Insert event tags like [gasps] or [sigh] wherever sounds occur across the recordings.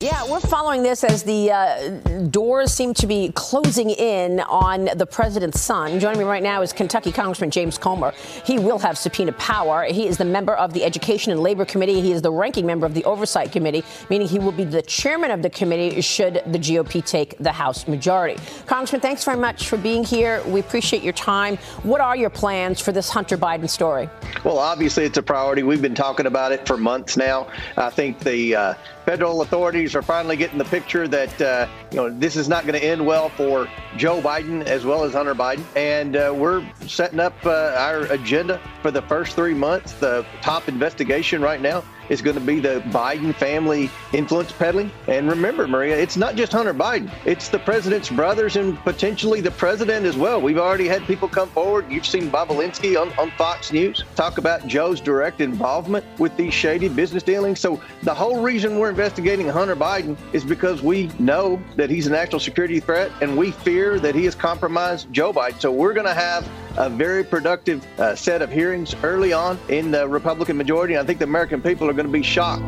Yeah, we're following this as the uh, doors seem to be closing in on the president's son. Joining me right now is Kentucky Congressman James Comer. He will have subpoena power. He is the member of the Education and Labor Committee. He is the ranking member of the Oversight Committee, meaning he will be the chairman of the committee should the GOP take the House majority. Congressman, thanks very much for being here. We appreciate your time. What are your plans for this Hunter Biden story? Well, obviously, it's a priority. We've been talking about it for months now. I think the uh, federal authorities are finally getting the picture that uh, you know this is not going to end well for Joe Biden as well as Hunter Biden, and uh, we're setting up uh, our agenda for the first three months. The top investigation right now is going to be the Biden family influence peddling. And remember, Maria, it's not just Hunter Biden; it's the president's brothers and potentially the president as well. We've already had people come forward. You've seen Bob Alinsky on, on Fox News talk about Joe's direct involvement with these shady business dealings. So the whole reason we're investigating Hunter Biden is because we know that he's a national security threat, and we fear that he has compromised Joe Biden. So we're going to have a very productive uh, set of hearings early on in the Republican majority. And I think the American people are going to be shocked.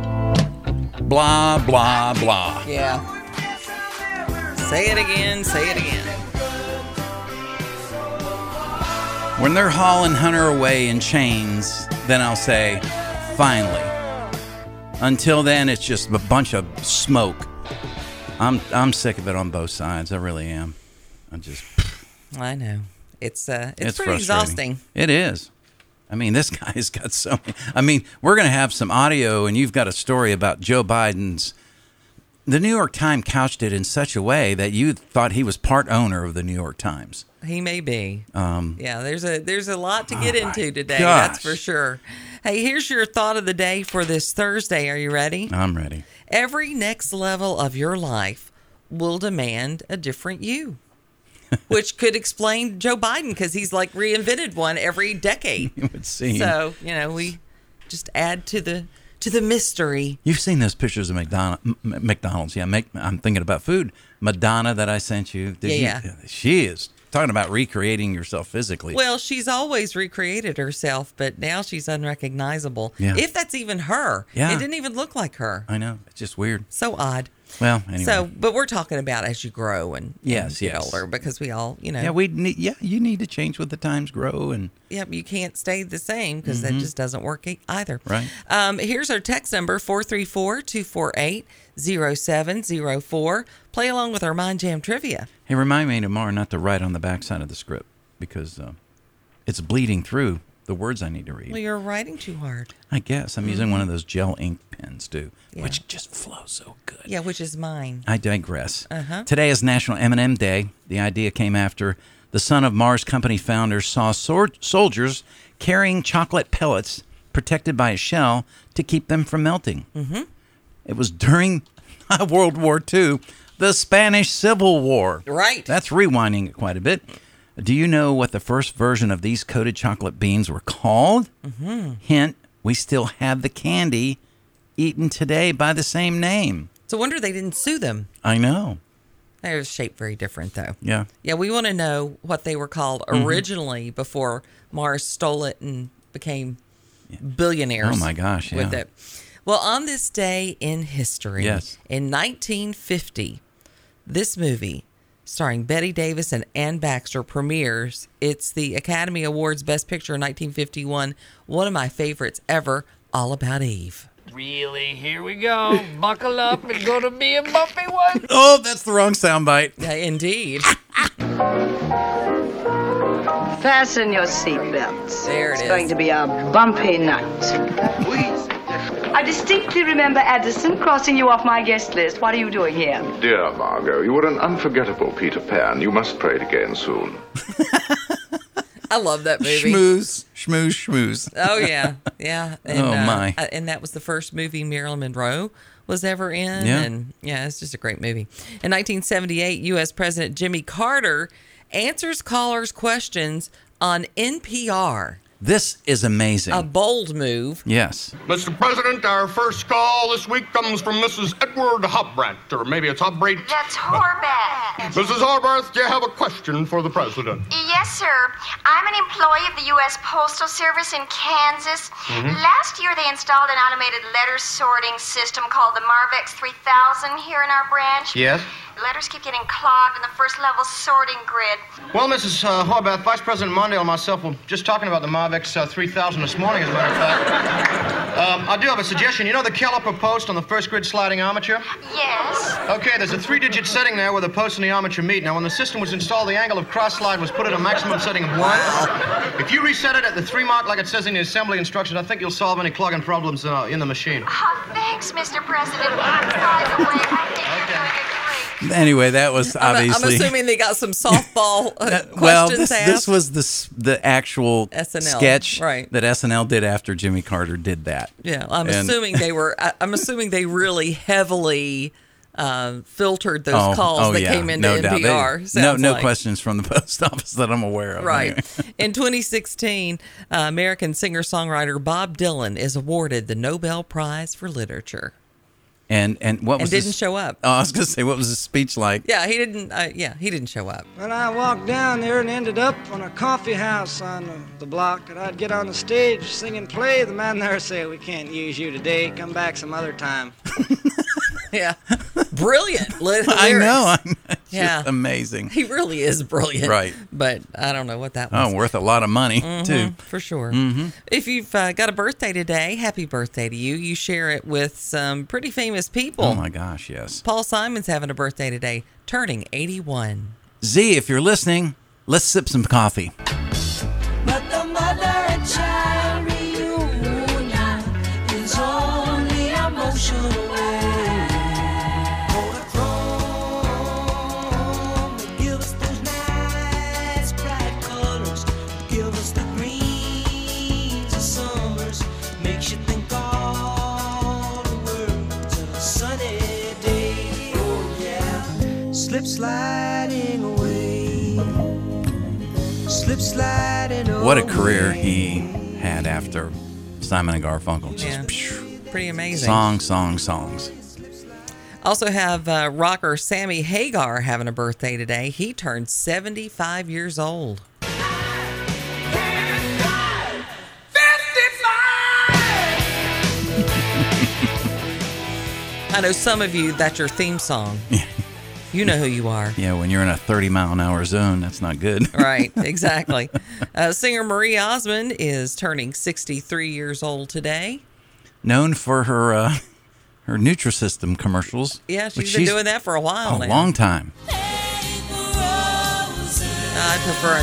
Blah, blah, blah. Yeah. Say it again, say it again. When they're hauling Hunter away in chains, then I'll say, finally. Until then, it's just a bunch of smoke. I'm, I'm sick of it on both sides. I really am. I'm just, I know. It's uh it's, it's, pretty frustrating. exhausting. It is. I mean, this [laughs] guy's got so many. I mean, we're going to have some audio, and you've got a story about Joe Biden's. The New York Times couched it in such a way that you thought he was part owner of the New York Times. He may be. Um, yeah, there's a there's a lot to get Oh my into today. That's gosh. for sure. Hey, here's your thought of the day for this Thursday. Are you ready? I'm ready. Every next level of your life will demand a [laughs] different you. Which could explain Joe Biden because he's like reinvented one every [laughs] decade. It would seem. So, you know, we just add to the to the mystery. You've seen those pictures of McDonald, M- M- McDonald's. Yeah, Mc, I'm thinking about food. Madonna that I sent you. Did Yeah, you- yeah. She is talking about recreating yourself physically. Well, she's always recreated herself, but now she's unrecognizable. Yeah. If that's even her. Yeah. It didn't even look like her. I know. It's just weird. So odd. Well, anyway. So, but we're talking about as you grow and, and Yes, get yes. older because we all, you know, yeah, we need, yeah, you need to change with the times, grow, and yeah, you can't stay the same because that just doesn't work e- either. Mm-hmm. Right. Um, here's our text number 434 248 0704. Play along with our Mind Jam trivia. Hey, remind me tomorrow not to write on the backside of the script because uh, it's bleeding through the words I need to read. Well, Mm-hmm. you're writing too hard. I guess I'm using one of those gel ink pens too, which just flows so good. Yeah, which is mine. I digress. Today is National M&M Day. The idea came after the son of Mars Company founder saw sor- soldiers carrying chocolate pellets protected by a shell to keep them from melting. Mm-hmm. It was during [laughs] World War II, the Spanish Civil War. Right. That's rewinding it quite a bit. Do you know what the first version of these coated chocolate beans were called? Mm-hmm. Hint, we still have the candy eaten today by the same name. It's a wonder they didn't sue them. I know. They're shaped very different, though. Yeah. Yeah, we want to know what they were called Mm-hmm. originally before Mars stole it and became billionaires. Oh, my gosh, With yeah. it. Well, on this day in history, Yes. in 1950, this movie starring Betty Davis and Ann Baxter premieres. It's the Academy Awards Best Picture in 1951. One of my favorites ever, All About Eve. Really, here we go. Buckle up. It's going to be a bumpy one. Oh, that's the wrong soundbite. [laughs] Yeah, indeed. Fasten your seatbelts. There it it's is. going to be a bumpy night. I distinctly remember Addison crossing you off my guest list. What are you doing here? Dear Margot, you were an unforgettable Peter Pan. You must pray it again soon. I love that movie. Schmooze, schmooze, schmooze. Oh yeah, yeah. [laughs] And, Oh, my. uh, and that was the first movie Marilyn Monroe was ever in. Yeah. And yeah, it's just a great movie. In 1978, U.S. President Jimmy Carter answers callers' questions on NPR. This is amazing. A bold move. yes. Mr. President, our first call this week comes from Mrs. Edward Hobrat, or maybe it's Hobrat. That's Horvath. Mrs. Horvath, do you have a question for the president? Yes, sir. I'm an employee of the U.S. Postal Service in Kansas. Last year, they installed an automated letter sorting system called the Marvex 3000 here in our branch. Yes. Letters keep getting clogged in the first level sorting grid. Well, Mrs. Uh, Horvath, Vice President Mondale and myself were just talking about the Marvex uh, 3000 this morning, as a matter of fact. Um, I do have a suggestion. You know the caliper post on the first grid sliding armature? Yes. [laughs] Okay, there's a three digit setting there where the post and the armature meet. Now, when the system was installed, the angle of cross slide was put at a maximum setting of one. If you reset it at the three mark, like it says in the assembly instructions, I think you'll solve any clogging problems uh, in the machine. Oh, thanks, Mr. President. By the way, I think you're doing a great Anyway, that was I'm- obviously. I'm assuming they got some softball uh, [laughs] questions well, this, asked. this was the s- the actual SNL, sketch right. that SNL did after Jimmy Carter did that. Yeah, I'm And- assuming they were. I, I'm assuming they really heavily um, filtered those Oh, calls oh, that yeah, came into no doubt. They- NPR. no, sounds no like. questions from the [laughs] post office that I'm aware of. Right. [laughs] In 2016, uh, American singer-songwriter Bob Dylan is awarded the Nobel Prize for Literature. And and what And was didn't his- show up. [laughs] Oh, I was gonna say, what was the speech like? Yeah, he didn't. Uh, yeah, he didn't show up. Well, I walked down there and ended up on a coffee house on the- the block. And I'd get on the stage, sing and play. The man there said, "We can't use you today. Come back some other time." [laughs] Yeah, brilliant. Lit- I lyrics. know. I know. [laughs] It's Yeah. just amazing. [laughs] He really is brilliant. Right. But I don't know what that was. Oh, Mm-hmm. worth a lot of money Mm-hmm. too. for sure. If you've uh, got a birthday today, happy birthday to you. You share it with some pretty famous people. Oh my gosh, yes. Paul Simon's having a birthday today, turning 81. Z, if you're listening, let's sip some coffee. Slip sliding away. Slip sliding away. What a career he had after Simon and Garfunkel. Just Yeah. phew, Pretty amazing. song, song, songs. Also have uh, rocker Sammy Hagar having a birthday today. He turned 75 years old. I know some of you, that's your [laughs] theme song. You know who you are. Yeah, when you're in a 30 mile an hour zone, that's not good. Right, exactly. Uh, singer Marie Osmond is turning 63 years old today. Known for her uh, her Nutrisystem commercials. Yeah, which she's been doing that for a while a now. long time. I prefer a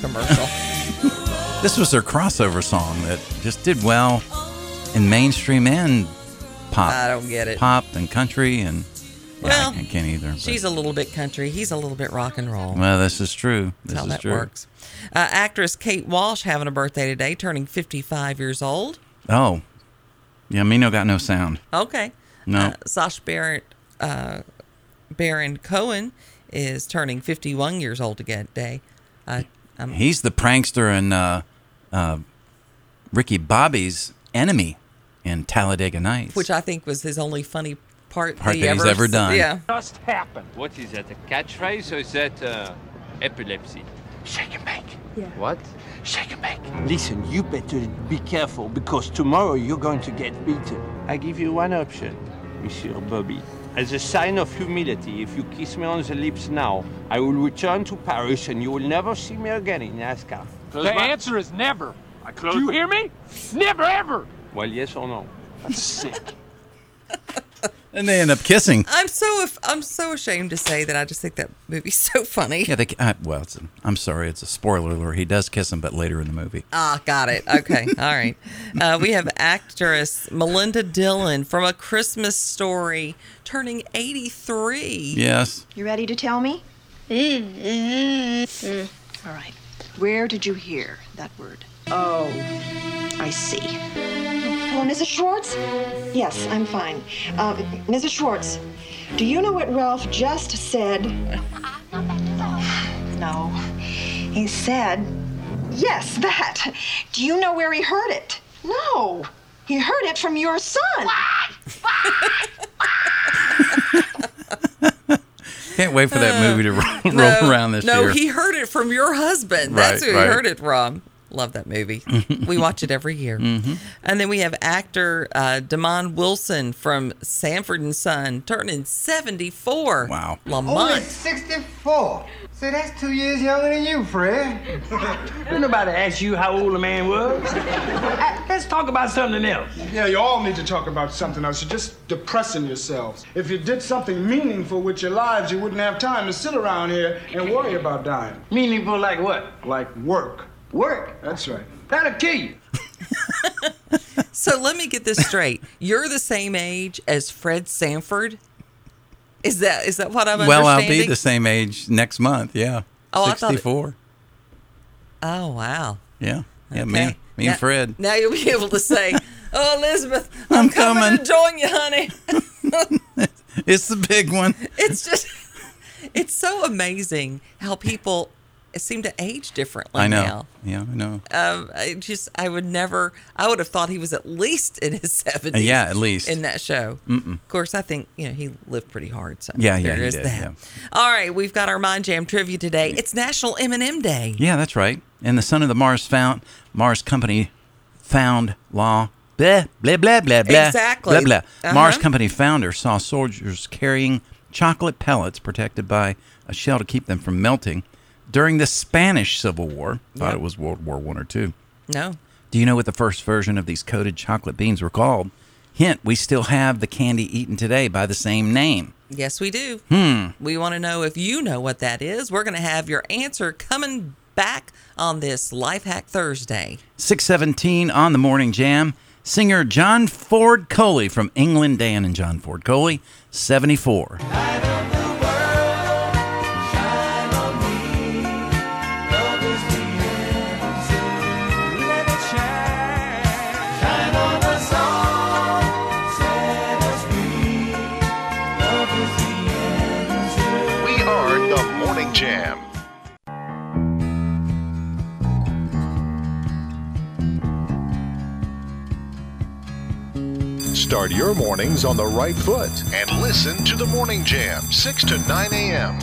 [laughs] commercial. This was her crossover song that just did well in mainstream and pop. I don't get it. Pop and country and yeah, Well, I can't either. but- She's a little bit country. He's a little bit rock and roll. well, this is true. This That's how is that true. works. Uh, actress Kate Walsh having a birthday today, turning 55 years old. Oh, yeah, Mino got no sound. Okay. No. Uh, Sash Barrett uh, Baron Cohen is turning 51 years old again today. Uh, um, He's the prankster and uh, uh, Ricky Bobby's enemy in Talladega Nights. which I think was his only funny part, Part he that he's ever, ever done. Yeah. What is that, a catchphrase or is that uh, epilepsy? Shake and bake. What? Shake and bake. Listen, you better be careful because tomorrow you're going to get beaten. I give you one option, Monsieur Bobby. As a sign of humility, if you kiss me on the lips now, I will return to Paris and you will never see me again in NASCAR. The answer is never. I close. Do you hear me? Never ever. Well, yes or no? and they end up kissing. I'm so af- I'm so ashamed to say that I just think that movie's [laughs] so funny. Yeah, they. Uh, well, it's a, I'm sorry, it's a spoiler alert. He does kiss him, but later in the movie. Ah, got it. [laughs] Okay. All right. Uh, we have actress Melinda Dillon from A Christmas Story turning 83. Yes, You ready to tell me? All right. Where did you hear that word? Oh, I see. Hello, Uh, Mrs. Schwartz? Yes, I'm fine. Uh, Mrs. Schwartz, do you know what Ralph just said? No. He said, Yes, that. Do you know where he heard it? No. He heard it from your son. Can't wait for that movie to [laughs] roll, roll around this Uh, no, year. he heard it from your husband. That's Right, who right. he heard it from. Love [laughs] that movie. we watch it every year. Mhm. And then we have actor uh, Damon Wilson from Sanford and Son, turning 74. Wow. Only Lamont. 64. So that's two years younger than you, Fred. [laughs] Didn't nobody ask you how old a man was. [laughs] Uh, Let's talk about something else. Yeah, you all need to talk about something else. You're just depressing yourselves. If you did something meaningful with your lives, you wouldn't have time to sit around here and worry about dying. Meaningful like what? Like work. Work? That's right. That'll kill you. So let me get this straight. [laughs] You're the same age as Fred Sanford? Is that is that what I'm well, I'll understanding? be the same age next month. Yeah, Oh, I thought it- sixty-four. Oh, wow. yeah, yeah. Okay. Me, me now, and Fred. Now you'll be able to say, [laughs] "Oh, Elizabeth, I'm, coming. to join you, honey." It's the big one. [laughs] It's just, it's so amazing how people seem to age differently I know. now. Yeah, I know. Um, I just, I would never, I would have thought he was at least in his [laughs] seventies. Yeah, at least. in that show. Mm-mm. Of course, I think you know he lived pretty hard. So Yeah, yeah, there he is did, that. yeah. All right, we've got our mind jam trivia today. It's National M and M Day. Yeah, that's right. And the son of the Mars found Mars Company found law blah blah blah blah blah Exactly. blah blah. Uh-huh. Mars Company founder saw soldiers carrying chocolate pellets protected by a shell to keep them from melting during the Spanish Civil War. Thought Yep. it was World War One or two. No. Do you know what the first version of these coated chocolate beans were called? Hint: We still have the candy eaten today by the same name. Yes, we do. Hmm. We want to know if you know what that is. We're going to have your answer coming back on this Life Hack Thursday. 617 on the morning jam singer john ford coley from england dan and john ford coley 74 We are the Morning Jam. Start your mornings on the right foot and listen to the Morning Jam, 6 to 9 a.m.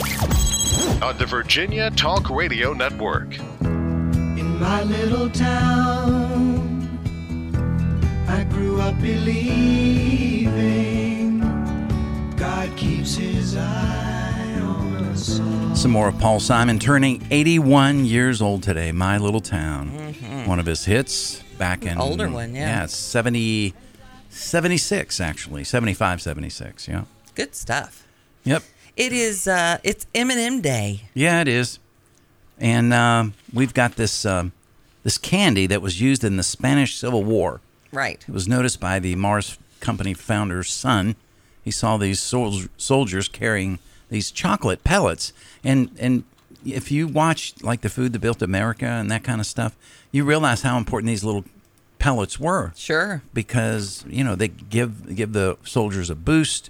on the Virginia Talk Radio Network. In my little town, I grew up believing God keeps his eye on us all. some more of paul simon turning 81 years old today my little town Mhm. one of his hits back in Mm-hmm. Older one, yeah. yeah it's 70 76 actually 75 76 yeah Good stuff. yep It is. Uh, it's M and M Day. Yeah, it is. And um, we've got this um, this candy that was used in the Spanish Civil War. Right. It was noticed by the Mars Company founder's son. He saw these sol- soldiers carrying these chocolate pellets, and and if you watch like the Food that Built America and that kind of stuff, you realize how important these little pellets were. Sure. Because you know they give give the soldiers a boost.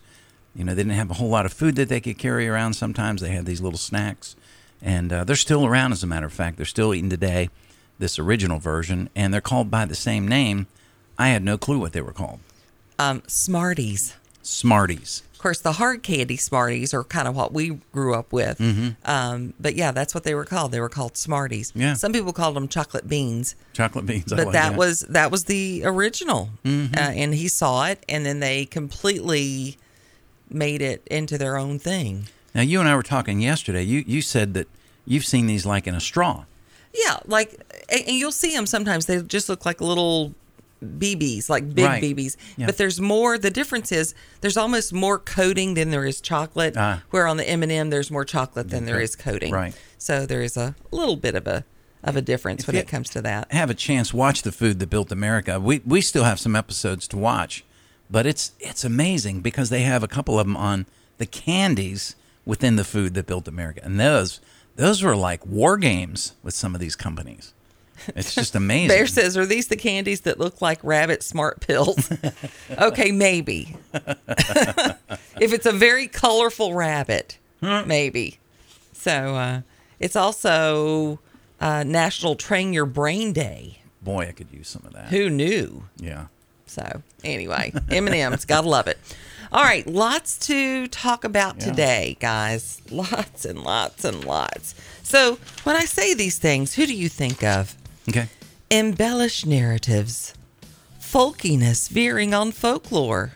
You know they didn't have a whole lot of food that they could carry around. Sometimes they had these little snacks, and uh, they're still around. As a matter of fact, they're still eaten today. This original version, and they're called by the same name. I had no clue what they were called. Um, Smarties. Smarties. Of course, the hard candy Smarties are kind of what we grew up with. Mhm. Um, but yeah, that's what they were called. They were called Smarties. Yeah. Oh, Some people called them chocolate beans. Chocolate beans. [laughs] I But like that was that was the original, Mhm. uh, and he saw it, and then they completely made it into their own thing. Now you and I were talking yesterday. You you said that you've seen these like in a straw. Yeah, like, and, and you'll see them sometimes. They just look like little BBs, like big Right. BBs. Yeah. But there's more. The difference is there's almost more coating than there is chocolate. Ah. Where on the M and M there's more chocolate than there is coating. Right. So there is a little bit of a of a difference when you- it comes to that. Have a chance watch the food that built America. We we still have some episodes to watch, but it's it's amazing because they have a couple of them on the candies within the food that built America, and those those were like war games with some of these companies. It's [laughs] just amazing. Bear says, "Are these the candies that look like rabbit smart pills?" okay, maybe. [laughs] if it's a very colorful rabbit, maybe. So uh, it's also uh, National Train Your Brain Day. Boy, I could use some of that. Who knew? Yeah. So anyway, M&M's, gotta love it. All right, lots to talk about Yeah. today, guys. Lots and lots and lots. So when I say these things, who do you think of? Okay. Embellished narratives, folkiness veering on folklore.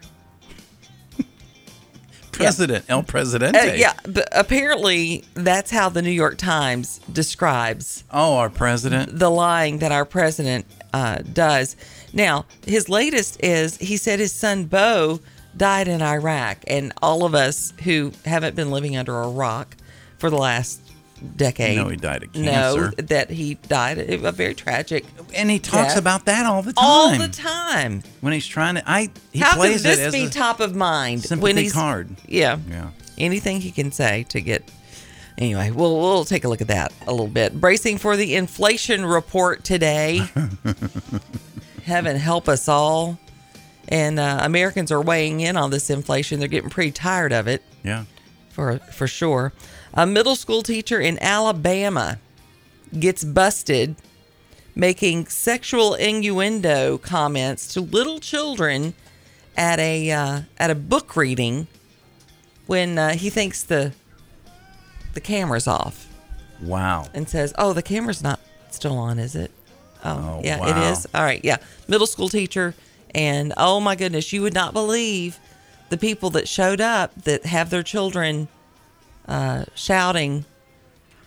President, El Presidente. Uh, yeah, but apparently that's how the New York Times describes. Oh, our president. The lying that our president uh, does. Now, his latest is he said his son Bo died in Iraq, and all of us who haven't been living under a rock for the last decade. No, he died of Know cancer. that he died of a very tragic. And he Talks about that all the time. All the time. When he's trying to, I he How plays can this it as be a top of mind when sympathy he's card. Yeah. Yeah. Anything he can say to get. Anyway, we'll we'll take a look at that a little bit. Bracing for the inflation [laughs] report today. Heaven help us all. And uh, Americans are weighing in on this inflation. They're getting pretty tired of it. Yeah. For for sure. A middle school teacher in Alabama gets busted making sexual innuendo comments to little children at a uh, at a book reading when uh, he thinks the the camera's off Wow. and says, "Oh, the camera's not still on, is it?" Oh, Oh, yeah, wow. it is. All right, yeah. Middle school teacher and oh my goodness, you would not believe the people that showed up that have their children uh, shouting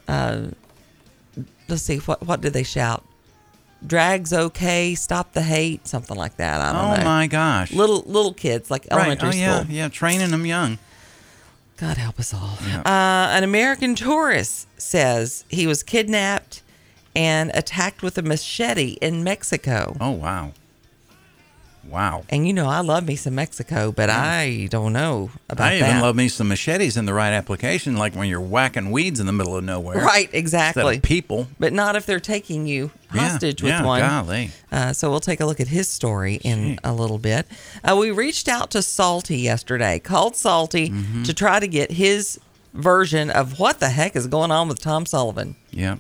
uh, let's see what what did they shout? Drags okay, stop the hate, something like that. I don't Oh, know. my gosh. Little little kids like Right. elementary Oh school. yeah. Yeah. Training them young. God help us all. Uh, an American tourist says he was kidnapped and attacked with a machete in Mexico. Oh, wow. Wow. And you know, I love me some Mexico, but I don't know about I even that. love me some machetes in the right application, like when you're whacking weeds in the middle of nowhere. Right, Instead exactly. of people. but not if they're taking you Yeah, hostage with yeah, one. golly. Uh, so we'll take a look at his story in a little bit. Uh, we reached out to Salty yesterday, called Salty Mm-hmm. to try to get his version of what the heck is going on with Tom Sullivan. Yeah.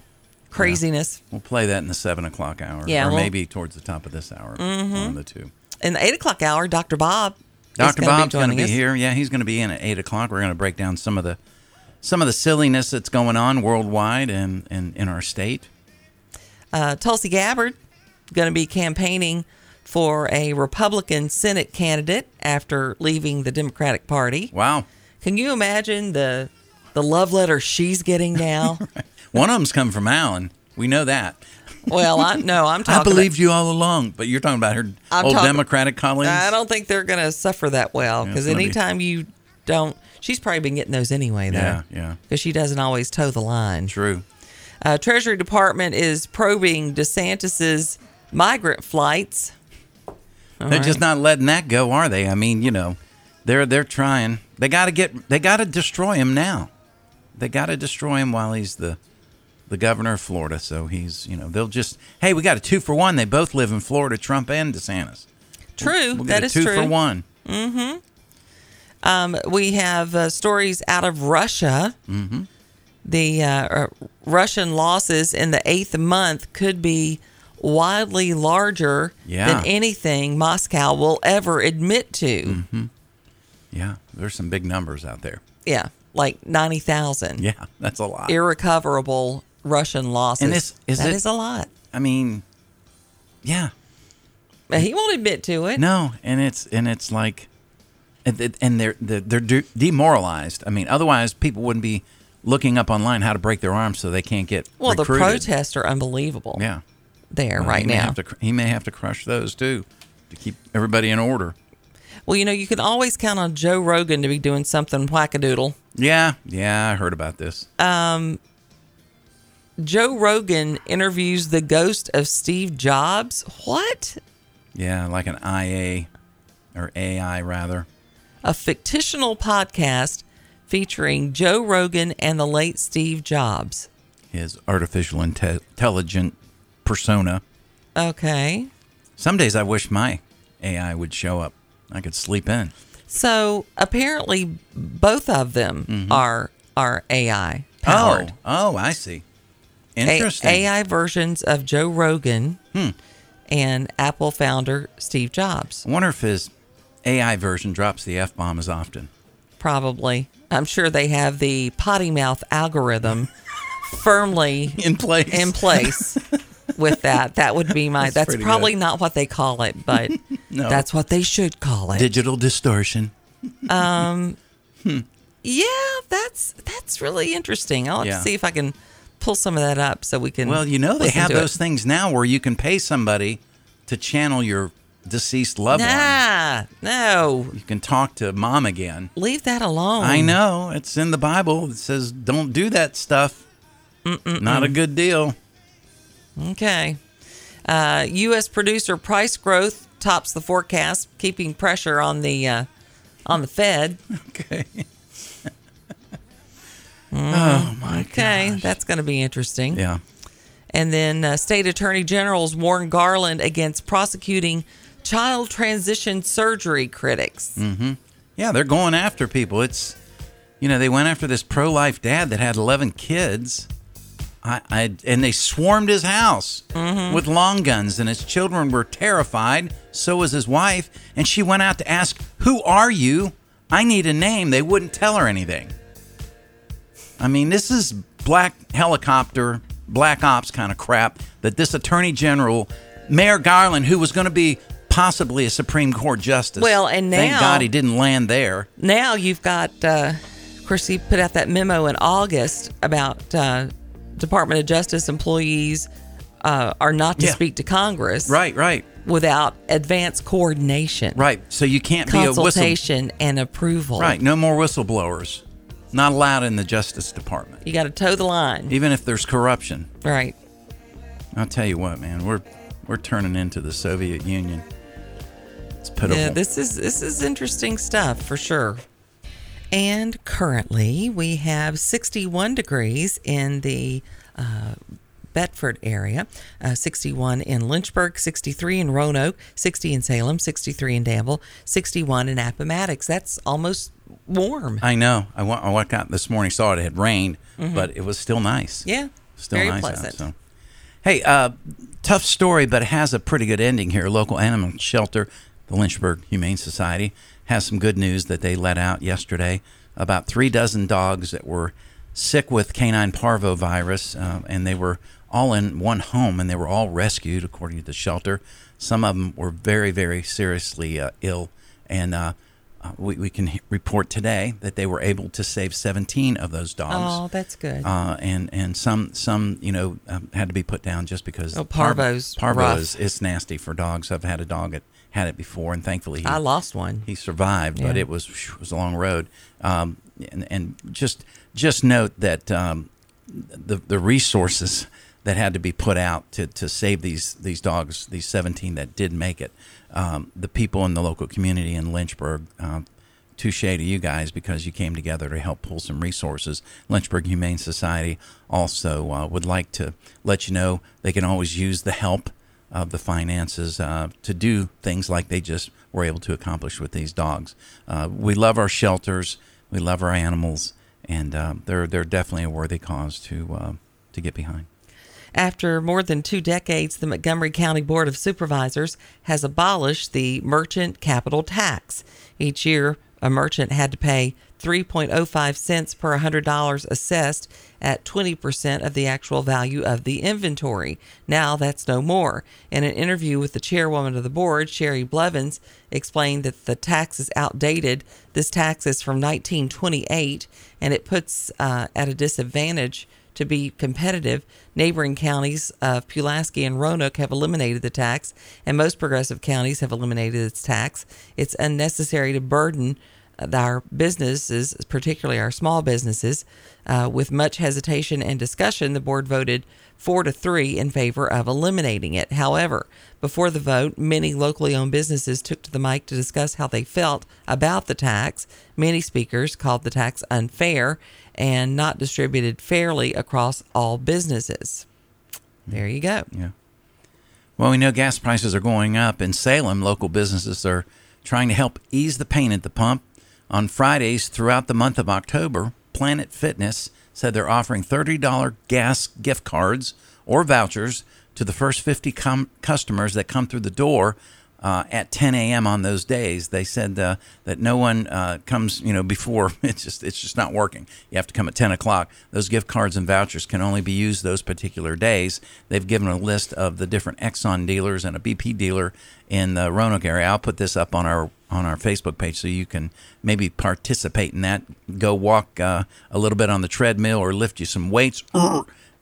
Craziness. We'll play that in the seven o'clock hour, Yeah, or well- maybe towards the top of this hour. Mhm. One of the two. In the eight o'clock hour, Dr. Bob. is Doctor gonna Bob's going to joining be us. here. Yeah, he's going to be in at eight o'clock. We're going to break down some of the some of the silliness that's going on worldwide and, and in our state. Uh, Tulsi Gabbard going to be campaigning for a Republican Senate candidate after leaving the Democratic Party. Wow! Can you imagine the the love letter she's getting now? [laughs] One of them's come from Allen. We know that. Well, I no, I'm talking. I believed you all along, but you're talking about her I'm old talking- Democratic colleagues. I don't think they're going to suffer that well Yeah, because it's gonna be- anytime you don't, she's probably been getting those anyway. Though, Yeah, yeah. because she doesn't always toe the line. True. Uh, Treasury Department is probing DeSantis's migrant flights. They're just not letting that go, are they? I mean, you know, they're they're trying. They got to get. They got to destroy him now. They got to destroy him while he's the the governor of Florida. So he's you know they'll just hey we got a two for one. They both live in Florida, Trump and DeSantis. True. We'll get that a is two true. for one. Mm-hmm. Um, we have uh, stories out of Russia. Mm-hmm. The uh, uh, Russian losses in the eighth month could be wildly larger Yeah. than anything Moscow will ever admit to. Mm-hmm. Yeah, there's some big numbers out there. [laughs] Yeah, like ninety thousand Yeah, that's a lot. irrecoverable Russian losses. And this is That it- a lot. I mean, yeah. But he won't admit to [laughs] it. No, and it's and it's like, and it- and they're they're, they're de- demoralized. I mean, otherwise people wouldn't be looking up online how to break their arms so they can't get Well, recruited. the protests are unbelievable. Yeah, there Well, right he may now. have to cr- he may have to crush those too to keep everybody in order. Well, you know, you can always count on Joe Rogan to be doing something wackadoodle. Yeah, yeah, I heard about this. Um, Joe Rogan interviews the ghost of Steve Jobs. What? Yeah, like an IA or AI rather. A fictional podcast featuring Joe Rogan and the late Steve Jobs. His artificial inte- intelligent persona. Okay. Some days I wish my AI would show up. I could sleep in. So apparently, Mm-hmm. both of them are are AI Oh, powered. oh, I see. A- Interesting. Hmm. AI versions of Joe Rogan and Apple founder Steve Jobs. I wonder if his AI version drops the F bomb as often. Probably. I'm sure they have the potty mouth [laughs] algorithm firmly in place. [laughs] In place with that. That would be my That's that's, pretty probably good. not what they call it, but [laughs] No. that's what they should call it. Digital distortion. um Hmm. Yeah, that's that's really interesting. I'll have Yeah. to see if I can pull some of that up so we can Well, you know they listen have to it. those things now where you can pay somebody to channel your deceased loved Nah, no. one. You can talk to mom again. Leave that alone. I know it's in the Bible. It says don't do that stuff. Not a good deal. [laughs] Okay. Uh, U.S. producer price growth tops the forecast, keeping pressure on the uh, on the Fed. Okay. oh my. Okay, that's going to be interesting. Yeah. And then uh, state attorney generals warn Garland against prosecuting child transition surgery critics. hmm Yeah, they're going after people. It's, you know, they went after this pro-life dad that had 11 kids. I, I and they swarmed his house Mm-hmm. with long guns, and his children were terrified. So was his wife, and she went out to ask, "Who are you? I need a name." They wouldn't tell her anything. I mean, this is black helicopter, black ops kind of crap that this attorney general, Mayor Garland, who was going to be possibly a Supreme Court justice. Well, and thank now- God he didn't land there. Now you've got, uh, of course, he put out that memo in August about uh, Department of Justice employees uh, are not to Yeah. speak to Congress. Right, right. Without advanced coordination. Right. So you can't be a whistle. Consultation and approval. Right. No more whistleblowers. Not allowed in the Justice Department, You got to toe the line. even if there's corruption. Right. I'll tell you what, man, we're we're turning into the Soviet Union. It's pitiful. Yeah, this is this is interesting stuff for sure. And currently, we have 61 degrees in the uh, Bedford area, uh, 61 in Lynchburg, 63 in Roanoke, 60 in Salem, 63 in Danville, 61 in Appomattox. That's almost warm. I know. I, wa- I walked out this morning, saw it had rained, Mhm. but it was still nice. Yeah, still very nice pleasant. out. So, hey, uh, tough story, but it has a pretty good ending here. Local animal shelter, the Lynchburg Humane Society, has some good news that they let out yesterday. About three dozen dogs that were sick with canine parvovirus, uh, and they were all in one home, and they were all rescued, according to the shelter. Some of them were very, very seriously uh, ill, and uh, uh, we, we can h- report today that they were able to save 17 of those dogs. Oh, that's good. Uh, and and some some you know um, had to be put down just because Oh, parvo's parvo rough. is it's nasty for dogs. I've had a dog that had it before, and thankfully he, I lost one. He survived, but Yeah. it was it was a long road. Um, and, and just just note that um, the the resources that had to be put out to, to save these these dogs, these 17 that did make it, um, the people in the local community in Lynchburg. Um, touche to you guys because you came together to help pull some resources. Lynchburg Humane Society also uh, would like to let you know they can always use the help of the finances uh, to do things like they just were able to accomplish with these dogs. Uh, we love our shelters, we love our animals, and uh, they're they're definitely a worthy cause to uh, to get behind. After more than two decades, the Montgomery County Board of Supervisors has abolished the merchant capital tax. Each year, a merchant had to pay 3.05 cents per $100 assessed at 20% of the actual value of the inventory. Now that's no more. In an interview with the chairwoman of the board, Sherry Blevins explained that the tax is outdated. This tax is from 1928 and it puts uh, at a disadvantage to be competitive. Neighboring counties of Pulaski and Roanoke have eliminated the tax, and most progressive counties have eliminated its tax. It's unnecessary to burden uh, our businesses, particularly our small businesses. Uh, with much hesitation and discussion, the board voted four to three in favor of eliminating it. However, before the vote, many locally owned businesses took to the mic to discuss how they felt about the tax. Many speakers called the tax unfair and not distributed fairly across all businesses. There you go. Yeah. Well, we know gas prices are going up. In Salem, local businesses are trying to help ease the pain at the pump. On Fridays throughout the month of October, Planet Fitness said they're offering $30 gas gift cards or vouchers to the first 50 com- customers that come through the door uh, at 10 a.m. on those days. They said uh, that no one uh, comes, you know, before. [laughs] It's just it's just not working. You have to come at 10 o'clock. Those gift cards and vouchers can only be used those particular days. They've given a list of the different Exxon dealers and a BP dealer in the Roanoke area. I'll put this up on our on our Facebook page so you can maybe participate in that. Go walk uh, a little bit on the treadmill or lift you some weights.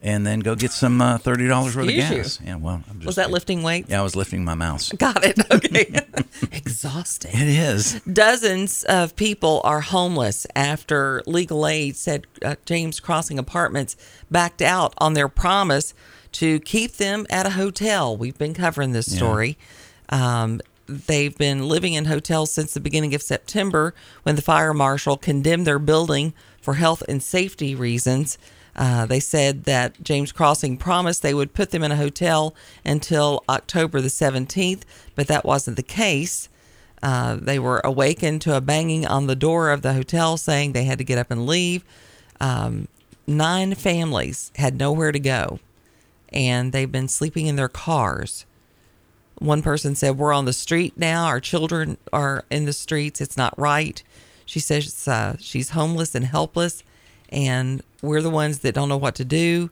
And then go get some uh, thirty dollars worth of Excuse gas. you. Yeah, well, I'm just Was that lifting weights? yeah, I was lifting my mouse. [laughs] Got it. Okay. [laughs] Exhausting. It is. Dozens of people are homeless after legal aid said uh, James Crossing Apartments backed out on their promise to keep them at a hotel. We've been covering this Yeah. story. Um, they've been living in hotels since the beginning of September when the fire marshal condemned their building for health and safety reasons. Uh, they said that James Crossing promised they would put them in a hotel until October the 17th, but that wasn't the case. Uh, they were awakened to a banging on the door of the hotel saying they had to get up and leave. Um, nine families had nowhere to go, and they've been sleeping in their cars. One person said, We're on the street now. Our children are in the streets. It's not right. She says uh, she's homeless and helpless, and we're the ones that don't know what to do.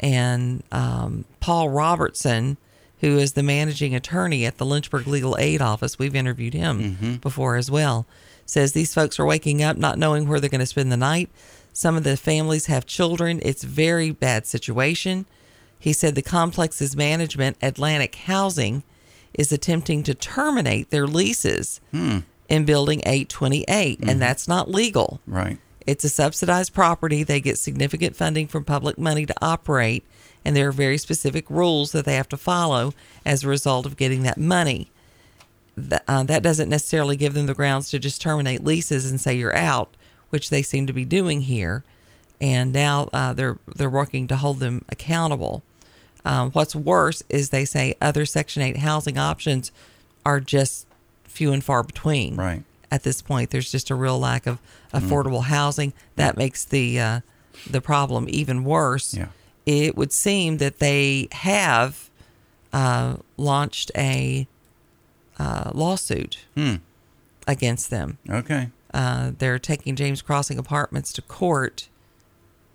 And um, Paul Robertson, who is the managing attorney at the Lynchburg Legal Aid Office, we've interviewed him before as well, says these folks are waking up not knowing where they're going to spend the night. Some of the families have children. It's very bad situation. He said the complex's management, Atlantic Housing, is attempting to terminate their leases in building 828, and that's not legal. Right. It's a subsidized property. They get significant funding from public money to operate, and there are very specific rules that they have to follow as a result of getting that money. Th- uh, that doesn't necessarily give them the grounds to just terminate leases and say you're out, which they seem to be doing here. And now uh, they're they're working to hold them accountable. Um, what's worse is they say other Section 8 housing options are just few and far between. Right. At this point, there's just a real lack of Mm-hmm. affordable housing. That makes the uh, the problem even worse. Yeah. It would seem that they have uh, launched a uh, lawsuit Hmm. against them. Okay. Uh, they're taking James Crossing Apartments to court.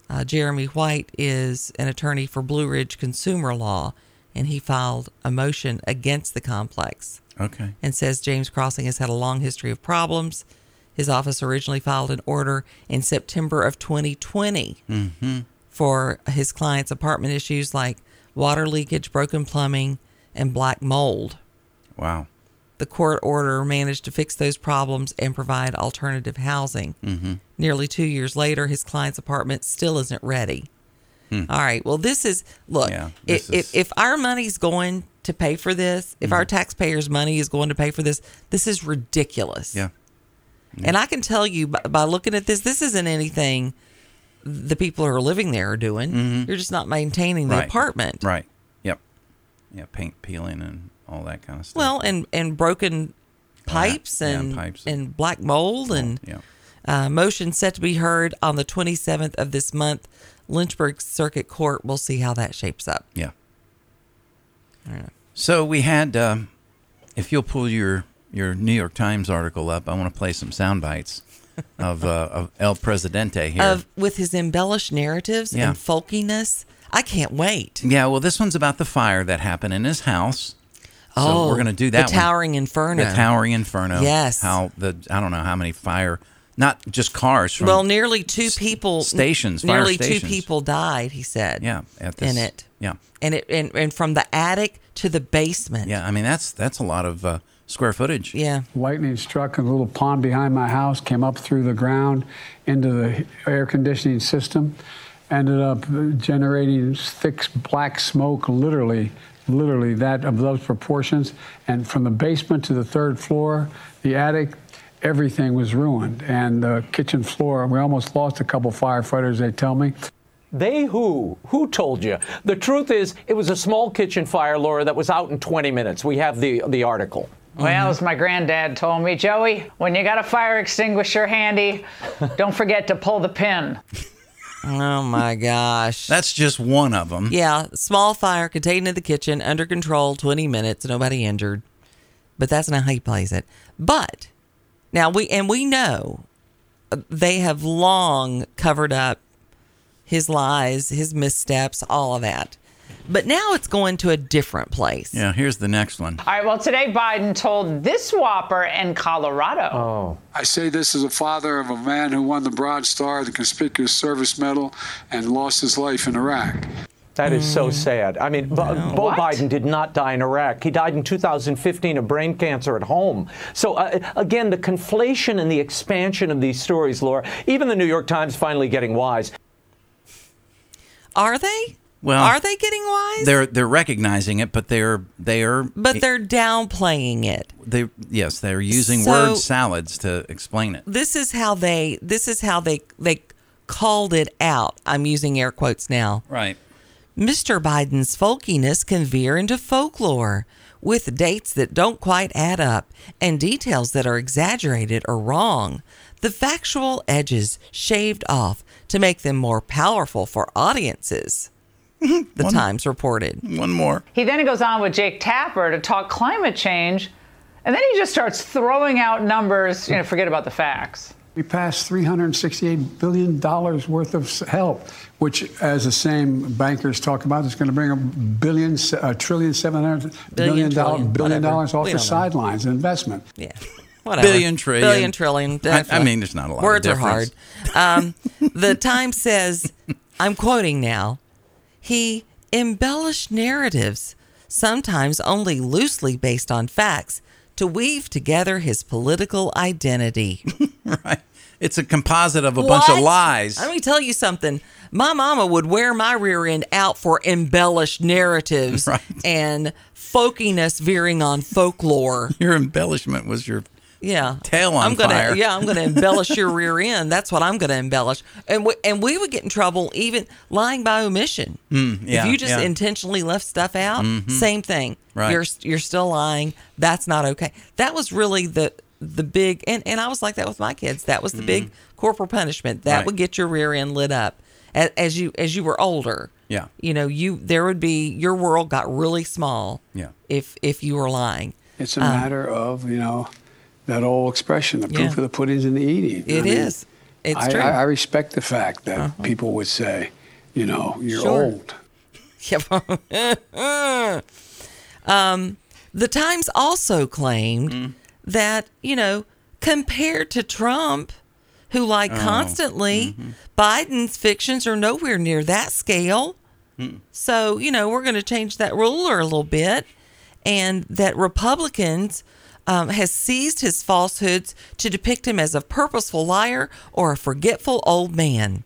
Uh, Jeremy White is an attorney for Blue Ridge Consumer Law, and he filed a motion against the complex Okay. and says James Crossing has had a long history of problems. His office originally filed an order in September of 2020 Mm-hmm. for his clients' apartment issues like water leakage, broken plumbing, and black mold. Wow. The court order managed to fix those problems and provide alternative housing. Mhm. Nearly two years later, his client's apartment still isn't ready. Hmm. All right. Well, this is look. i- this if, is- Mm-hmm. if our money's going to pay for this, if our taxpayers' money is going to pay for this, this is ridiculous. Yeah. And I can tell you by, by looking at this, this isn't anything the people who are living there are doing. You're just not maintaining the Mm-hmm. Right. apartment. Right. Yep. Yeah, paint peeling and all that kind of stuff. Well, and and broken pipes yeah, and pipes. and black mold and uh, motion set to be heard on the 27th of this month. Lynchburg Circuit Court. We'll see how that shapes up. Yeah. I don't know. So we had, um, if you'll pull your your New York Times article up, I want to play some sound bites of uh, of El Presidente here. Of with his embellished narratives Yeah. and folkiness. I can't wait. yeah. Well, this one's about the fire that happened in his house. Oh, so we're going to do the that. one. Towering Inferno. The towering inferno. Yes. How the I don't know how many fire, not just cars. From well, nearly two people stations, fire Nearly two stations. people died. He said. Yeah, at this- in it. yeah. and it and, and from the attic to the basement. Yeah, I mean that's that's a lot of uh, square footage. Yeah. Lightning struck a little pond behind my house, came up through the ground into the air conditioning system, ended up generating thick black smoke, literally, literally that of those proportions. And from the basement to the third floor, the attic, everything was ruined. And the kitchen floor, we almost lost a couple firefighters, they tell me. They who? Who told you? The truth is, it was a small kitchen fire, Laura, that was out in 20 minutes. We have the, the article. Well, as my granddad told me, Joey, when you got a fire extinguisher handy, don't forget to pull the pin. Oh my gosh. That's just one of them. Yeah, small fire contained in the kitchen, under control, 20 minutes, nobody injured. But that's not how he plays it. But now we and we know uh, they have long covered up his lies, his missteps, all of that. But now it's going to a different place. Yeah, here's the next one. All right, well, today Biden told this whopper in Colorado. Oh. I say this as a father of a man who won the Bronze Star, the Conspicuous Service Medal, and lost his life in Iraq. That is so sad. I mean, Bo, Bo What? Biden did not die in Iraq. He died in 2015 of brain cancer at home. So, uh, again, the conflation and the expansion of these stories, Laura, even the New York Times finally getting wise. Are they? Well, Are they getting wise? They're they're recognizing it, but they're they are But they're downplaying it. they yes they're using So- word salads to explain it. This is how they this is how they they called it out. I'm using air quotes now. Right. Mr. Biden's folkiness can veer into folklore with dates that don't quite add up and details that are exaggerated or wrong. The factual edges shaved off to make them more powerful for audiences. [laughs] The Times reported. One more. He then goes on with Jake Tapper to talk climate change, and then he just starts throwing out numbers, you know, forget about the facts. We passed $368 billion worth of s- help, which, as the same bankers talk about, is going to bring a billion, s- a trillion, seven hundred billion, Billion, dollar- trillion, billion whatever. dollars off We the don't know. sidelines in investment. Yeah. [laughs] Whatever. Billion, trillion. Billion, trillion. I- I definitely. mean, there's not a lot of Words difference. are hard. Um, [laughs] the Times says, I'm quoting now, he embellished narratives, sometimes only loosely based on facts, to weave together his political [laughs] identity. It's a composite of a bunch of What? lies. Let me tell you something. My mama would wear my rear end out for [laughs] embellished narratives and folkiness veering on folklore. Your embellishment was your Yeah. tail on I'm gonna, fire. Yeah, I'm going to embellish [laughs] your rear end. That's what I'm going to embellish. And we, and we would get in trouble even lying by omission. Mm, yeah, if you just yeah. intentionally left stuff out, Mhm. same thing. Right. You're you're still lying. That's not okay. That was really the the big and and I was like that with my kids. That was the big corporal punishment. That Mm-hmm. Right. would get your rear end lit up as, as you as you were older. Yeah. You know, you there would be your world got really small. Yeah. If if you were lying. It's a Um, matter of, you know, that old expression, the proof Yeah. of the pudding's in the eating. It It is. is. It's I, true. I, I respect the fact that Uh-huh. people would say, you know, you're Sure. [laughs] old. Yep. [laughs] um, the Times also claimed that, you know, compared to Trump, who lied Oh, constantly, Biden's fictions are nowhere near that scale. So, you know, we're going to change that ruler a little bit. And that Republicans um, has seized his falsehoods to depict him as a purposeful liar or a forgetful old man.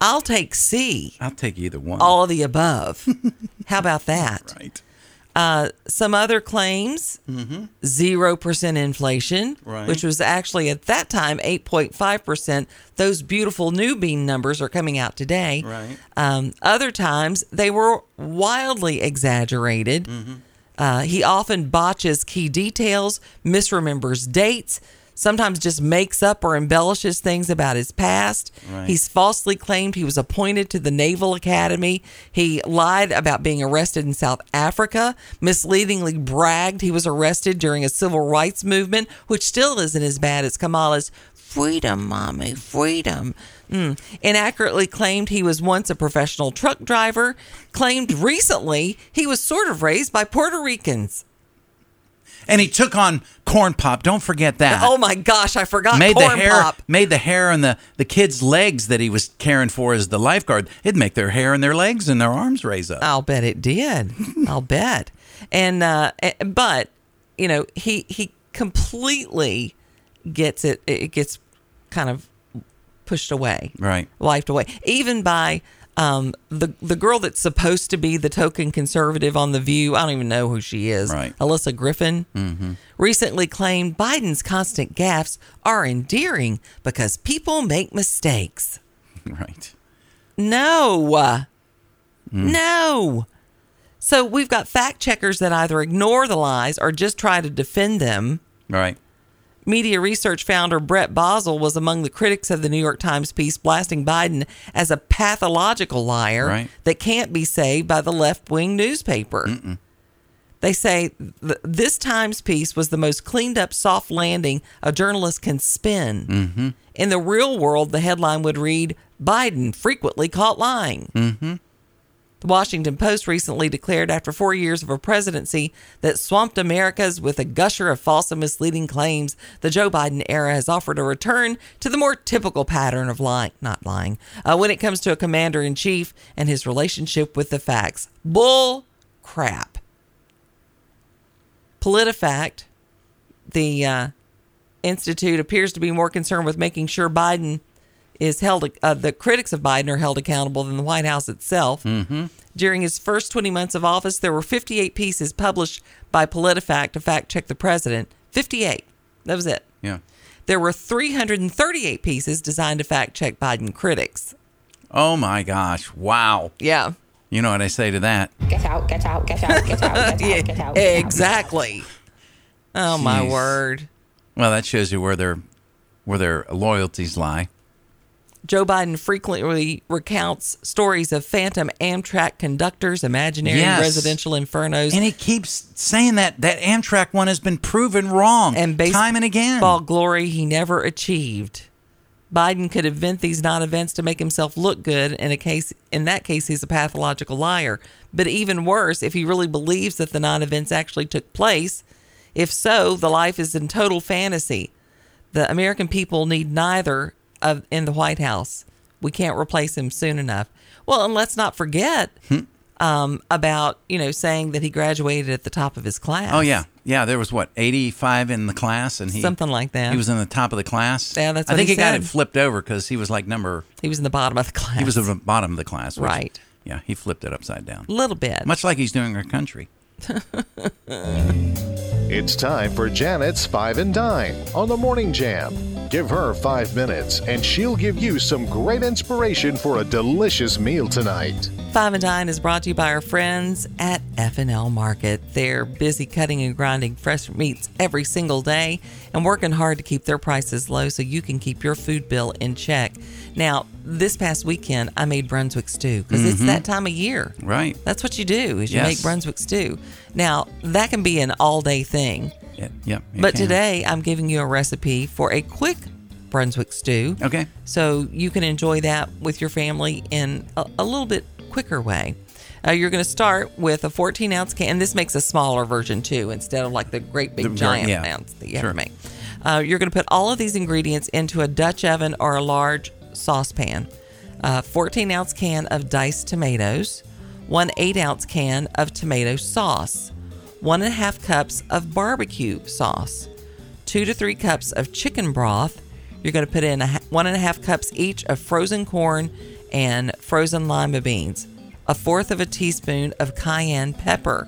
I'll take C. I'll take either one. All of the [laughs] above. How about that? Right. Uh, some other claims Mhm. 0% inflation, Right. which was actually at that time 8.5%. Those beautiful new bean numbers are coming out today. Right. Um, other times, they were wildly exaggerated. Mm-hmm. Uh, he often botches key details, misremembers dates, sometimes just makes up or embellishes things about his past. Right. He's falsely claimed he was appointed to the Naval Academy. He lied about being arrested in South Africa, misleadingly bragged he was arrested during a civil rights movement, which still isn't as bad as Kamala's freedom, mommy, freedom. Mm. Inaccurately claimed he was once a professional truck driver, claimed recently he was sort of raised by Puerto Ricans. And he took on corn pop. Don't forget that. Oh my gosh, I forgot Uh-huh. made corn the hair pop. made the hair and the the kids' legs that he was caring for as the lifeguard. It'd make their hair and their legs and their arms raise [laughs] up. I'll bet it did. I'll bet. And uh, eh, but you know he he completely gets it. It gets kind of pushed away, Right. wiped away, even by um, the the girl that's supposed to be the token conservative on the View. I don't even know who she is. Right. Alyssa Griffin Mm-hmm. recently claimed Biden's constant gaffes are endearing because people make mistakes. Right. No. No. So we've got fact checkers that either ignore the lies or just try to defend them. Right. Media research founder Brett Bosel was among the critics of the New York Times piece blasting Biden as a pathological liar Right. that can't be saved by the left wing newspaper. They say th- this Times piece was the most cleaned up soft landing a journalist can spin. Mm-hmm. In the real world, the headline would read Biden frequently caught lying. Mm-hmm. The Washington Post recently declared after four years of a presidency that swamped America's with a gusher of false and misleading claims, the Joe Biden era has offered a return to the more typical pattern of lying, not lying, uh, when it comes to a commander in chief and his relationship with the facts. Bull crap. PolitiFact, the uh, institute, appears to be more concerned with making sure Biden is held, uh, the critics of Biden are held accountable than the White House itself. Mm-hmm. During his first 20 months of office, there were 58 pieces published by PolitiFact to fact check the president. 58. That was it. Yeah. There were 338 pieces designed to fact check Biden critics. Oh my gosh. Wow. Yeah. You know what I say to that? Get out, get out, get out, get out, get out, [laughs] Yeah, get out. get out. exactly. Oh, my Jeez. word. Well, that shows you where their where their loyalties lie. Joe Biden frequently recounts stories of phantom Amtrak conductors, imaginary Yes. residential infernos, And he keeps saying that that Amtrak one has been proven wrong and time and again. Ball glory he never achieved. Biden could invent these non-events to make himself look good. In a case, in that case, he's a pathological liar. But even worse, if he really believes that the non-events actually took place, if so, the life is in total fantasy. The American people need neither of in the White House. We can't replace him soon enough. Well, and let's not forget Hmm. um, about you know saying that he graduated at the top of his class. Oh yeah, yeah. There was what eighty five in the class, and he Something like that. He was in the top of the class. Yeah, that's I what think he got said. it flipped over because he was like number. He was in the bottom of the [laughs] class. He was at the bottom of the class. which- Right. Yeah, he flipped it upside down. a little bit. Much like he's doing our country. It's time for Janet's Five and Dine on the Morning Jam. Give her five minutes, and she'll give you some great inspiration for a delicious meal tonight. Five and Dine is brought to you by our friends at F&L Market. They're busy cutting and grinding fresh meats every single day and working hard to keep their prices low so you can keep your food bill in check. Now, this past weekend, I made Brunswick stew because it's Mhm. that time of year. Right. That's what you do is you Yes. make Brunswick stew. Now, that can be an all-day thing. Yeah. yeah it But can. today I'm giving you a recipe for a quick Brunswick stew. Okay. So you can enjoy that with your family in a, a little bit quicker way. Uh, you're going to start with a 14 ounce can, and this makes a smaller version too, instead of like the great big The- giant yeah. ounce that you Sure. ever make. Uh, you're going to put all of these ingredients into a Dutch oven or a large saucepan. A 14 ounce can of diced tomatoes, one 8 ounce can of tomato sauce, one and a half cups of barbecue sauce, two to three cups of chicken broth. You're going to put in a, ha- one and a half cups each of frozen corn and frozen lima beans, a fourth of a teaspoon of cayenne pepper,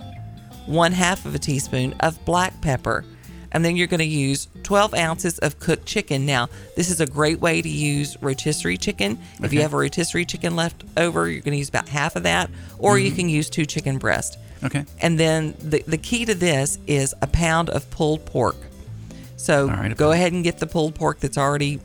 one half of a teaspoon of black pepper, and then you're going to use 12 ounces of cooked chicken. Now, this is a great way to use rotisserie chicken. If you Okay. have a rotisserie chicken left over, you're going to use about half of that, or you Mhm. can use two chicken breasts. Okay. And then the, the key to this is a pound of pulled pork. So go ahead and get the pulled pork that's already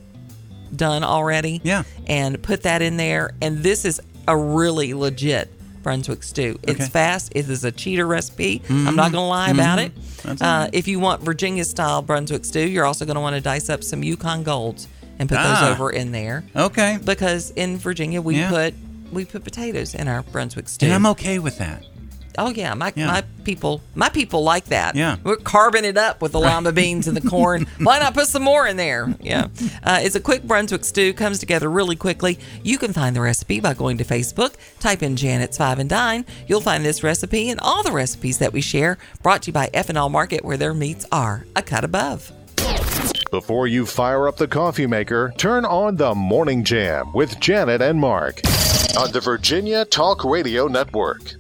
done already. Yeah. And put that in there. And this is a really legit Brunswick stew. It's Okay. fast. It is a cheater recipe. I'm not Mhm. going to lie about Mhm. it. That's all Uh, right. if you want Virginia style Brunswick stew, you're also going to want to dice up some Yukon Golds and put Ah. those over in there. Okay. Because in Virginia we Yeah. put we put potatoes in our Brunswick stew. And I'm okay with that. Oh yeah, my Yeah. my people my people like that. Yeah. we're carving it up with the lima beans and the [laughs] corn. Why not put some more in there? Yeah, uh, it's a quick Brunswick stew. Comes together really quickly. You can find the recipe by going to Facebook. Type in Janet's Five and Dine. You'll find this recipe and all the recipes that we share. Brought to you by F and L Market, where their meats are a cut above. Before you fire up the coffee maker, turn on the Morning Jam with Janet and Mark on the Virginia Talk Radio Network.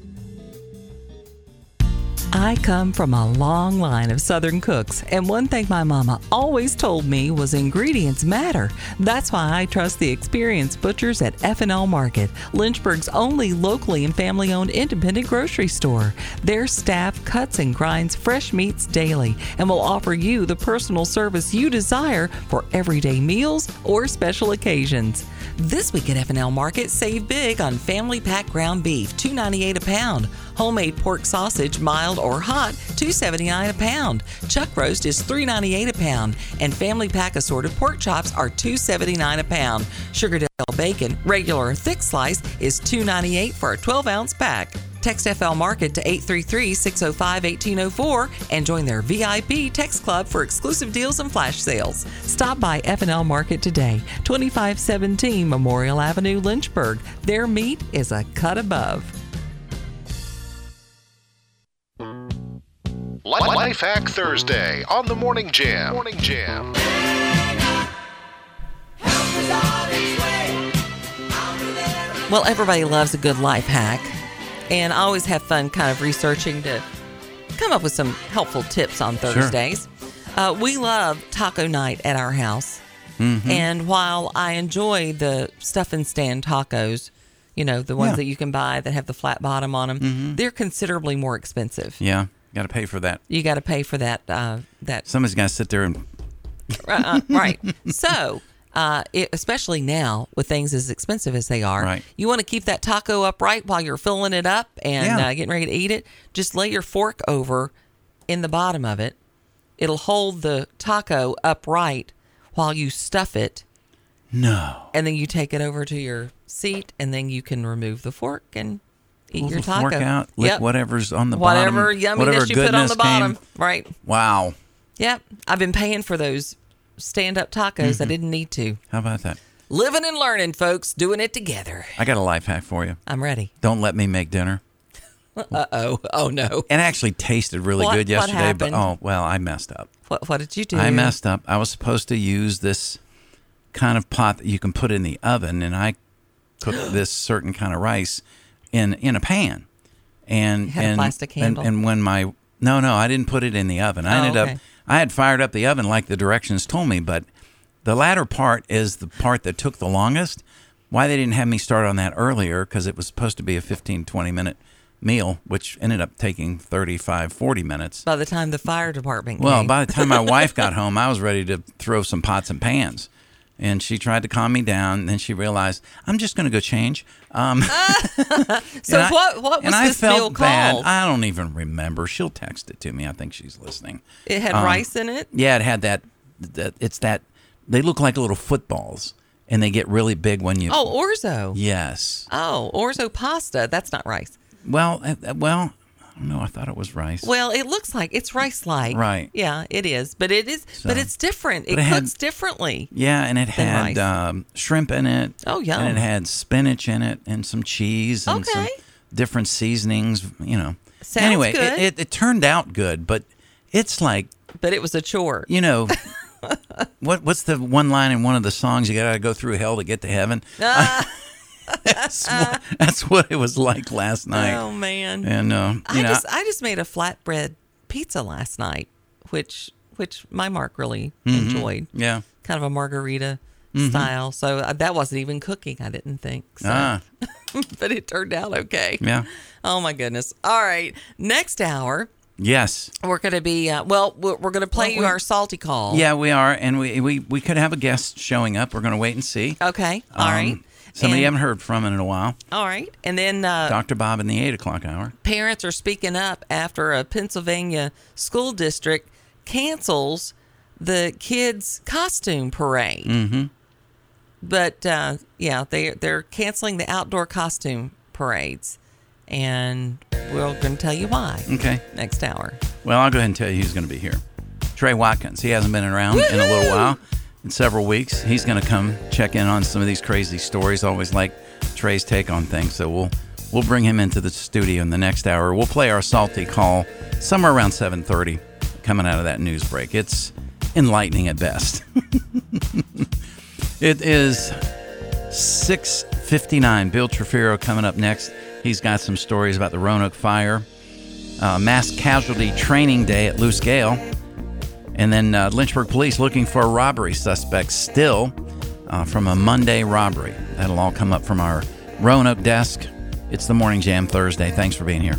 I come from a long line of Southern cooks, and one thing my mama always told me was ingredients matter. That's why I trust the experienced butchers at F&L Market, Lynchburg's only locally and family-owned independent grocery store. Their staff cuts and grinds fresh meats daily and will offer you the personal service you desire for everyday meals or special occasions. This week at F&L Market, save big on family pack ground beef, $2.98 a pound. Homemade pork sausage, mild or hot, $2.79 a pound. Chuck roast is $3.98 a pound, and family pack assorted pork chops are $2.79 a pound. Sugar bacon, regular or thick slice, is $2.98 for a 12 ounce pack. Text FL Market to 833 605 1804 and join their VIP text club for exclusive deals and flash sales. Stop by FL Market today, 2517 Memorial Avenue, Lynchburg. Their meat is a cut above. Life Hack Thursday on the Morning Jam. Morning Jam. Well, everybody loves a good life hack, and I always have fun kind of researching to come up with some helpful tips on Thursdays. Uh, we love taco night at our house, Mhm. and while I enjoy the stuff and stand tacos, you know the ones Yeah. that you can buy that have the flat bottom on them, they're considerably more expensive. Yeah, got to pay for that. You got to pay for that. Uh, that Somebody's got to sit there and uh, right. So, uh, it, especially now with things as expensive as they are, Right. you want to keep that taco upright while you're filling it up and Yeah. uh, getting ready to eat it. Just lay your fork over in the bottom of it. It'll hold the taco upright while you stuff it, no. and then you take it over to your seat, and then you can remove the fork and eat Pull your the taco. fork out, lick Yep. whatever's on the bottom, whatever yumminess whatever you put on goodness the bottom, came. right? Wow. Yep. I've been paying for those stand up tacos. Mm-hmm. I didn't need to. How about that? Living and learning, folks, doing it together. I got a life hack for you. I'm ready. Don't let me make dinner. Uh oh. Oh no. It actually tasted really What- good what yesterday, but happened? oh well, I messed up. What, what did you do? I messed up. I was supposed to use this kind of pot that you can put in the oven, and I [gasps] cooked this certain kind of rice in in a pan. And It had a and, plastic and- handle. And, when my no no, I didn't put it in the oven. I Oh, ended okay. up I had fired up the oven like the directions told me, but the latter part is the part that took the longest. Why they didn't have me start on that earlier because it was supposed to be a 15 20 minute meal, which ended up taking 35 40 minutes. By the time the fire department Well, came. by the time my wife got home, I was ready [laughs] to throw some pots and pans. And she tried to calm me down. And then she realized, I'm just going to go change. Um, [laughs] So and I- what- what was and I this felt meal bad. called? I don't even remember. She'll text it to me. I think she's listening. It had um, rice in it? Yeah, it had that, that. It's that. They look like little footballs and they get really big when you. Oh, orzo. Yes. Oh, orzo pasta. That's not rice. Well, uh, well, I don't know. I thought it was rice. Well, it looks like it's rice like. Right. Yeah, it is. But it is but So- it's different. It, But it had- cooks differently. Yeah, and it than had rice. um, shrimp in it. Oh, yum. And it had spinach in it, and some cheese, and some Okay. different seasonings. You know. Sounds anyway, it- good. It, it turned out good, but it's like But it was a chore. you [laughs] know. What what's the one line in one of the songs? You gotta go through hell to get to heaven. Uh. that's, what, [laughs] that's what it was [laughs] like last night. [laughs] Oh man. And uh, you I know, just I just made a flatbread pizza last night, which which my Mark really Mhm. enjoyed. Yeah. Kind of a margarita Mhm. style. So uh, that wasn't even cooking, I didn't think. So. Ah. [laughs] but it turned out okay. Yeah. Oh my goodness. All right. Next hour yes. we're going to be uh, well we're, we're going to play you our salty call. Yeah, we are, and we we, we could have a guest showing up. We're gonna wait and see. Okay. All Um, right. Somebody you And- haven't heard from in a while. All right. And then uh, Dr. Bob in the eight o'clock hour. parents are speaking up after a Pennsylvania school district cancels the kids' costume parade. Mm-hmm. But uh, yeah, they they're canceling the outdoor costume parades, and we're going to tell you why Okay. next hour. Well, I'll go ahead and tell you who's going to be here. Trey Watkins. He hasn't been around in a little while, in several weeks. He's going to come check in on some of these crazy stories. Always like Trey's take on things. So we'll we'll bring him into the studio in the next hour. We'll play our salty call somewhere around 7:30, coming out of that news break. It's enlightening at best. [laughs] It is 6:59. Bill Trefiro coming up next. He's got some stories about the Roanoke fire, uh, mass casualty training day at Loose Gale. And then uh, Lynchburg police looking for a robbery suspect still uh, from a Monday robbery. That'll all come up from our Roanoke desk. It's the Morning Jam Thursday. Thanks for being here.